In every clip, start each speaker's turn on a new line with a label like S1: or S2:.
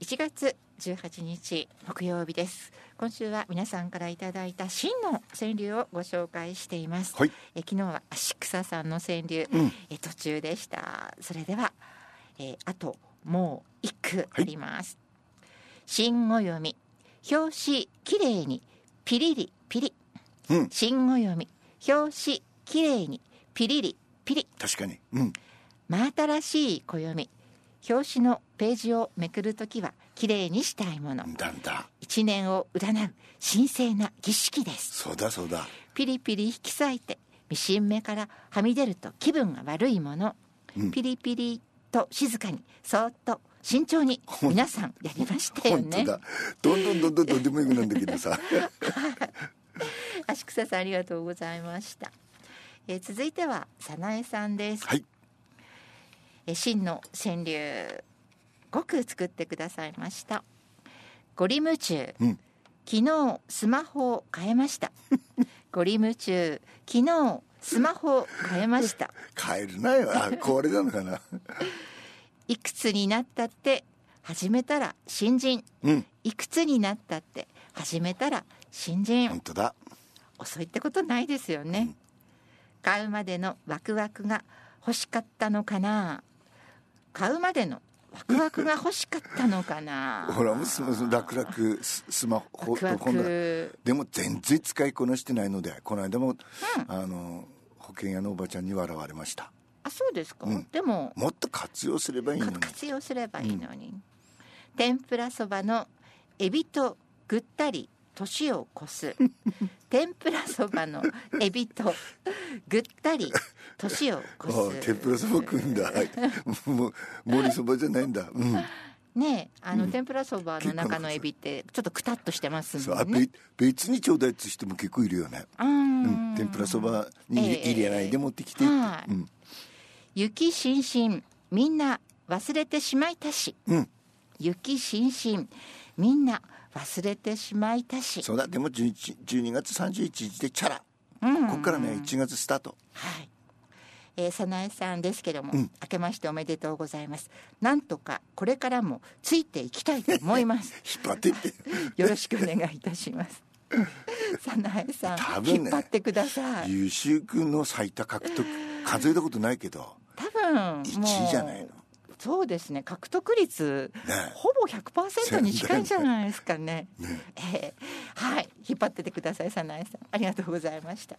S1: 1月18日木曜日です今週は皆さんからいただいた真の川柳をご紹介しています、
S2: はい
S1: え昨日は足草さんの川柳、
S2: うん
S1: え途中でしたそれでは、えーあともう一句あります、新語読み表紙きれいにピリリピリ
S2: うん
S1: 新語読み表紙きれいにピリリピリ
S2: 確かにうん
S1: 真新しい暦表紙のページをめくるときはきれいにしたいもの
S2: だんだ
S1: 一年を占う神聖な儀式です
S2: そうだそうだ
S1: ピリピリ引き裂いてミシン目からはみ出ると気分が悪いもの、
S2: ん
S1: ピリピリと静かにそーっと慎重に皆さんやりましたよ
S2: 本当
S1: ね
S2: だどんどんどんどんどうでもよくなるんだけ どさ
S1: 足草さんありがとうございました、えー続いては早苗さんです、
S2: はい
S1: え真の川柳ごく作ってくださいましたゴリ夢中、
S2: うん
S1: 昨日スマホを変えま したゴリ夢中昨日スマホを変えました
S2: 帰るなよあ壊れたのかない
S1: くつになったって始めたら新人
S2: うん
S1: いくつになったって始めたら新人、
S2: 本当だ
S1: 遅いってことないですよね、買うまでのワクワクが欲しかったのかな買うまでのワクワクが欲しかったのかな
S2: ほらもうすす楽々ススマホ
S1: ワクワ
S2: と今度は
S1: ク
S2: でも全然使いこなしてないのでこの間も、あの保険屋のおばちゃんに笑われました
S1: あそうですか、
S2: うん
S1: でも
S2: もっと活用すればいいのに
S1: 活用すればいいのに、天ぷらそばのエビとぐったり年を越 す天ぷらそばのエビとぐったり年を
S2: あ
S1: 越す
S2: 天ぷらそば食うんだもう森そばじゃないんだうん
S1: ねえあの、天ぷらそばの中のエビってちょっとくたっとしてます
S2: そう
S1: も
S2: あ
S1: んね。
S2: べ別にちょうだいって人も結構いるよね
S1: う
S2: うん
S1: ん
S2: 天ぷらそばに入れ,、
S1: ええ
S2: 入れないで持ってきてって、
S1: はい
S2: うん、
S1: 雪しんしんみんな忘れてしまいたし、
S2: うん
S1: 雪しんしんみんな忘れてしまいたし
S2: そうだでも 11, 12月31日でチャラ、ここからね1月スタート
S1: はい、えー、早苗さんですけども、
S2: ん
S1: 明けましておめでとうございますなんとかこれからもついていきたいと思います
S2: 引っ張ってって
S1: よろしくお願いいたし ます早苗さ
S2: 多
S1: ん、
S2: 分ね
S1: 引っ張ってください
S2: 優秀君の最多獲得数えたことないけど
S1: 多分
S2: 1
S1: もう
S2: 位じゃないの
S1: そうですね獲得率、
S2: ね
S1: ほぼ100%に近いんじゃないですかね。えーはい引っ張っててください早苗さんありがとうございました。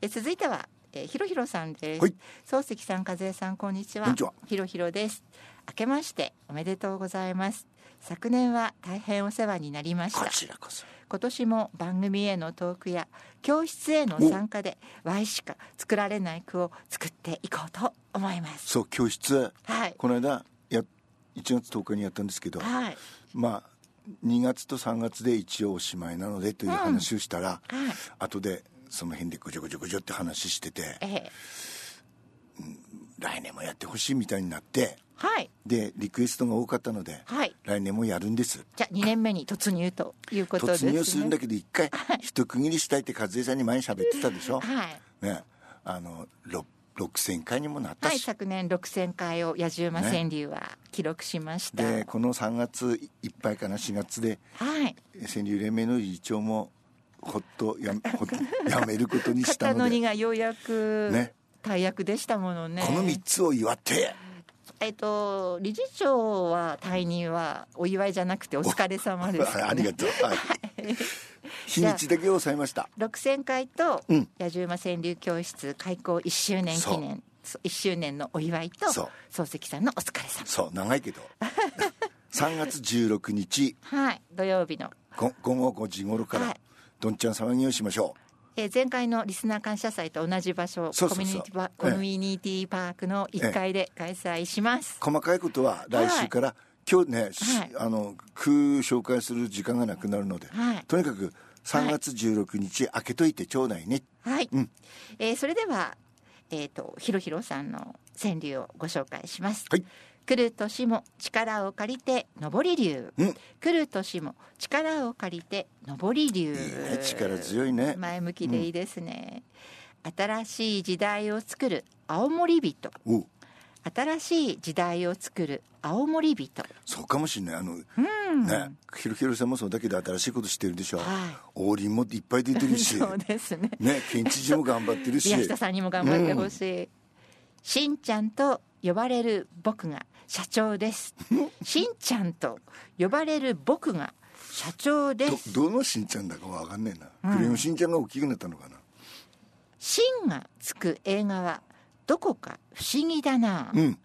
S1: えー続いては、えー、ひろひろさんです。
S2: はい
S1: 漱石さん和江さんこんにちは。
S2: こんにちは
S1: ひろひろです。明けましておめでとうございます。昨年は大変お世話になりまし
S2: こ
S1: た。
S2: ちらこそ
S1: 今年も番組へのトークや教室への参加で Y しか作られない句を作っていこうと思います。
S2: そう教室
S1: はい。
S2: この間や1月10日にやったんですけど
S1: はい。
S2: まあ2月と3月で一応おしまいなのでという話をしたら、
S1: はい
S2: 後でその辺でぐじょぐじょぐじょって話してて
S1: えー
S2: 来年もやってほしいみたいになって
S1: はい。
S2: でリクエストが多かったので、
S1: はい
S2: 来年もやるんです
S1: じゃあ2年目に突入ということですね。
S2: 突入するんだけど一回一区切りしたいって和江さんに前に喋ってたでし
S1: は
S2: ょ、
S1: い。
S2: ねあのろ6000回にもなった
S1: はい、
S2: し、
S1: 昨年6000回を野獣馬川柳は記録しました。
S2: でこの3月いっぱいかな4月で
S1: はい。
S2: 川柳連盟の理事長もほっとや めほっとやめることにした
S1: 肩
S2: の
S1: の荷
S2: で
S1: がようやく、
S2: ね
S1: 大役でしたものね。
S2: この3つを祝って
S1: えっと、理事長は退任はお祝いじゃなくてお疲れ様です、
S2: あありがとう、はい、日にちだけ抑えました
S1: 6000回と
S2: うん
S1: 野獣馬川柳教室開校1周年記念、そ1周年のお祝いと
S2: そう
S1: 漱石さんのお疲れ様。
S2: そう長いけ ど3月16日
S1: はい、土曜日の
S2: ご午後5時頃か
S1: は
S2: ら
S1: い
S2: どんちゃん騒ぎをしましょ
S1: えー前回のリスナー感謝祭と同じ場所
S2: そうそうそう
S1: コミュニティパ
S2: ええ
S1: コミュニティパークの1階で開催します
S2: う、細かいことは来週から、今日ね、し
S1: はい
S2: あの句紹介する時間がなくなるので、
S1: はい
S2: とにかく3月16日、開けといてちょうだいね
S1: はい、
S2: うん
S1: えーそれでは、えー、とひろひろさんの川柳をご紹介します、
S2: はい
S1: 来る年も力を借りて上り流、
S2: うん
S1: 来る年も力を借りて上り流
S2: いいね力強いね
S1: 前向きでいいですね、新しい時代を作る青森人
S2: おう
S1: 新しい時代を作る青森人
S2: そうかもしれないあの、
S1: うん
S2: ねひろひろさんもそうだけど新しいことしてるでしょ、
S1: はい
S2: 王林もいっぱい出てるし
S1: そうですね
S2: ね県知事も頑張ってるし
S1: 宮下さんにも頑張ってほしい、しんちゃんと呼ばれる僕が社長です しんちゃんと呼ばれる僕が社長です
S2: どどのしんちゃんだかわかんねえな、クレヨンしんちゃんが大きくなったのかな
S1: しんがつく映画はどこか不思議だな
S2: うん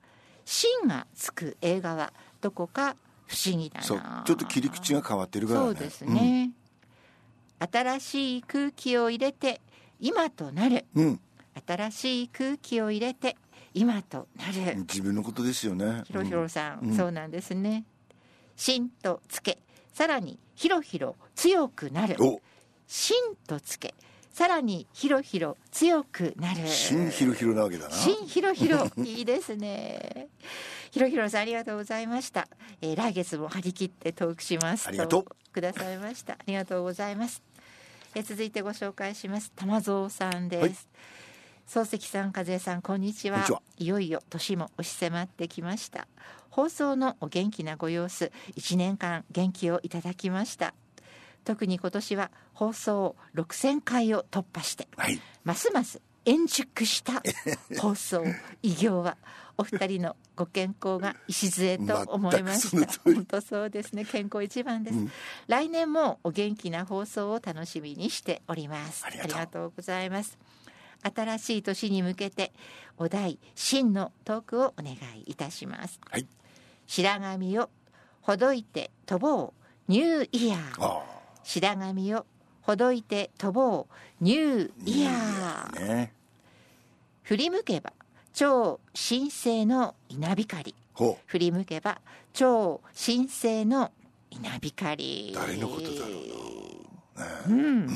S1: しんがつく映画はどこか不思議だな
S2: そうちょっと切り口が変わってるからね
S1: そうですね、新しい空気を入れて今となる
S2: うん、
S1: 新しい空気を入れて今とな
S2: う
S1: る
S2: ん、自分のことですよね
S1: ひろひろさん、
S2: うん
S1: そうなんですねしんとつけさらにひろひろ強くなる
S2: うんお
S1: しんとつけさらにひろひろ強くなる
S2: 新ひろひろなわけだな
S1: 新ひろひろいいですねひろひろさんありがとうございました、えー来月も張り切ってトークします
S2: ありがとう
S1: くださいましたありがとうございます、えー続いてご紹介します玉蔵さんです、
S2: はい
S1: 漱石さん和江さんこんにちは
S2: こんにちはい
S1: よいよ年も押し迫ってきました放送のお元気なご様子1年間元気をいただきました特に今年は放送6000回を突破して
S2: はい
S1: ますます円熟した放送偉業はお二人のご健康が礎と思いまし
S2: 全
S1: た
S2: くその通り
S1: 本当そうですね健康一番です、来年もお元気な放送を楽しみにしております
S2: ありがとう
S1: とうございます新しい年に向けてお題真のトークをお願いいたします
S2: はい
S1: 白髪をほどいて飛ぼうニューイヤー
S2: あ
S1: 白髪をほどいて飛ぼうニュー
S2: あ
S1: イヤー
S2: いいね
S1: 振り向けば超新星の稲光
S2: ほ
S1: 振り向けば超新星の稲光
S2: 誰のことだろ
S1: うな、うん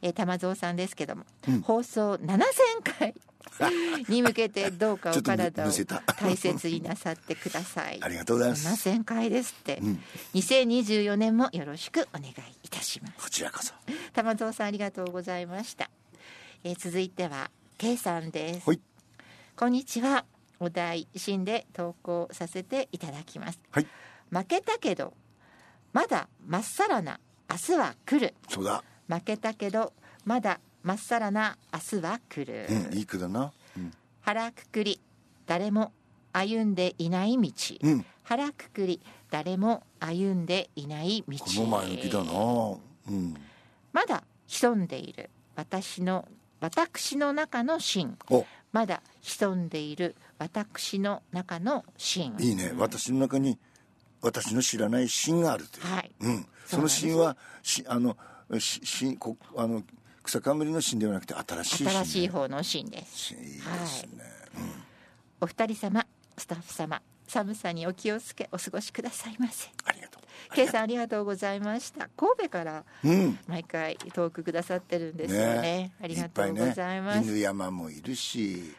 S1: えー玉蔵さんですけども、放送7000回 に向けてどうかお体を
S2: ちょっとむむせた
S1: 大切になさってくださいう
S2: ありがとうございます
S1: 7000回ですって、2024年もよろしくお願いいたします
S2: こちらこそ
S1: 玉蔵さんありがとうございました、えー続いては K さんです、
S2: はい
S1: こんにちはお題新で投稿させていただきます
S2: はい
S1: 負けたけどまだまっさらな明日は来る
S2: そうだ
S1: 負けたけどまだまっさらな明日は来る、
S2: うんいい句だなうん
S1: 腹くくり誰も歩んでいない道、
S2: うん
S1: 腹くくり誰も歩んでいない道
S2: この前向きだなうん
S1: まだ潜んでいる私の私の中の芯
S2: お
S1: まだ潜んでいる私の中の芯
S2: いいね私の中に私の知らない芯があるという
S1: はい
S2: うん、その芯はしあのししこあの草冠の芯ではなくて新しい芯、ね、
S1: 新しい方の芯です
S2: 芯いいですね、
S1: お二人様スタッフ様寒さにお気をつけお過ごしくださいませ
S2: ありがとう
S1: K さんありがとうございました神戸から
S2: うん
S1: 毎回トークくださってるんですよねありがとうございま
S2: っぱ
S1: す
S2: ね、犬山もいるし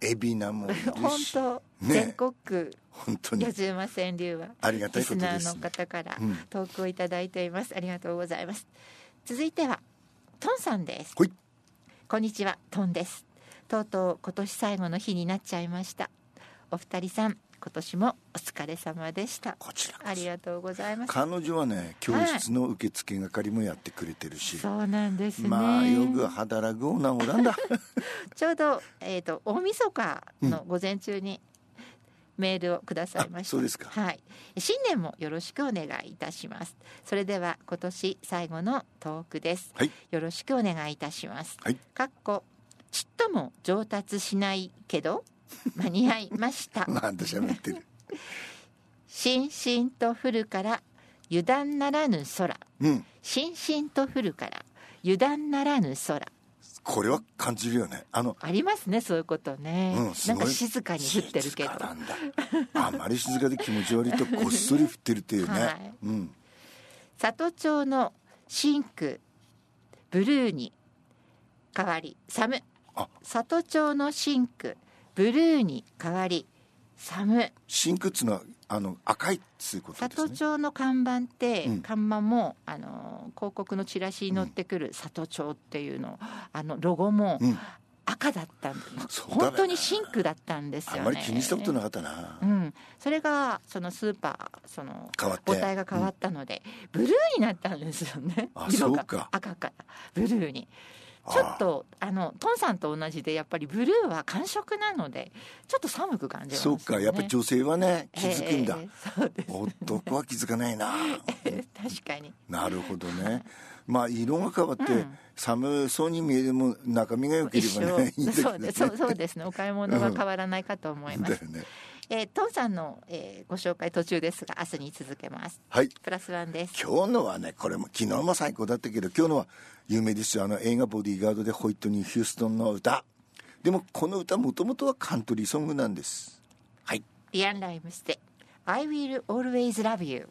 S2: 海老名もいる
S1: 本
S2: し
S1: 当、
S2: ね
S1: 全国区
S2: 本当に
S1: 野次馬川柳は
S2: ありがた
S1: リ
S2: いこ
S1: ス
S2: と
S1: ナ
S2: で
S1: ー
S2: す
S1: の
S2: ね
S1: 方から
S2: うん
S1: 投稿いただいています、ありがとうございます続いてはトンさんです
S2: ほい
S1: こんにちはトンですとうとう今年最後の日になっちゃいましたお二人さん今年もお疲れ様でした
S2: こちらこ
S1: ありがとうございます
S2: 彼女はね教室の受付係もやってくれてるし、
S1: そうなんですね、
S2: まあよく働くおなおな んだ
S1: ちょうどえっ、と大晦日の午前中にメールをくださいました。
S2: あそうですか
S1: はい。新年もよろしくお願いいたします。それでは今年最後のトークです。
S2: はい
S1: よろしくお願いいたします。
S2: はい
S1: かっこちっとも上達しないけど 間に合いました。
S2: まあ私は喋ってる
S1: しんしんと降るから油断ならぬ空。
S2: うん
S1: しんしんと降るから油断ならぬ空。
S2: これは感じるよねあの
S1: ありますねそういうことね、
S2: うんす
S1: な
S2: ご
S1: ん
S2: い
S1: か静かに降ってるけど
S2: 静かなんだあんまり静かで気持ち悪いとごっそり降ってるっていうね、
S1: はい
S2: うん
S1: 里町のシンクブルーに変わり寒
S2: あ
S1: 里町のシンクブルーに変わり寒
S2: 真空っつうのはあの赤いっつうことです
S1: 里
S2: ね
S1: 町の看板って、
S2: うん
S1: 看板もあの広告のチラシに載ってくる里町っていうの、あのロゴも、
S2: うん
S1: 赤だったん
S2: そうだね
S1: 本当にシンクだったんですよ
S2: あ
S1: ね
S2: んまり気にしたことなかったな
S1: う。ん、それがそのスーパーその
S2: 変わって
S1: 母体が変わったので、ブルーになったんですよね
S2: あ
S1: 色
S2: そう
S1: が
S2: か
S1: 赤からブルーにちょっとあのトンさんと同じでやっぱりブルーは寒色なのでちょっと寒く感じます、ね、
S2: そうか、やっぱり女性はね、気づくんだ
S1: え。えそうです
S2: 男は気づかな いな。
S1: 確かに
S2: なるほどね。まあ、色が変わって
S1: うん、
S2: 寒そうに見えても、中身が良けれ
S1: 一
S2: ば
S1: 緒
S2: ね、いいんだけ
S1: そ
S2: ど
S1: う
S2: ね
S1: で。そうそうですねお買い物は変わらないかと思います、
S2: だよね。
S1: えートンさんの、えーご紹介途中ですが明日に続けます
S2: はい。
S1: プラスワンです
S2: 今日のはねこれも昨日も最高だったけど今日のは有名ですよあの映画「ボディーガード」でホイットニー・ヒューストンの歌でもこの歌もともとはカントリーソングなんですはい
S1: リアン・ライムスで「I will always love you」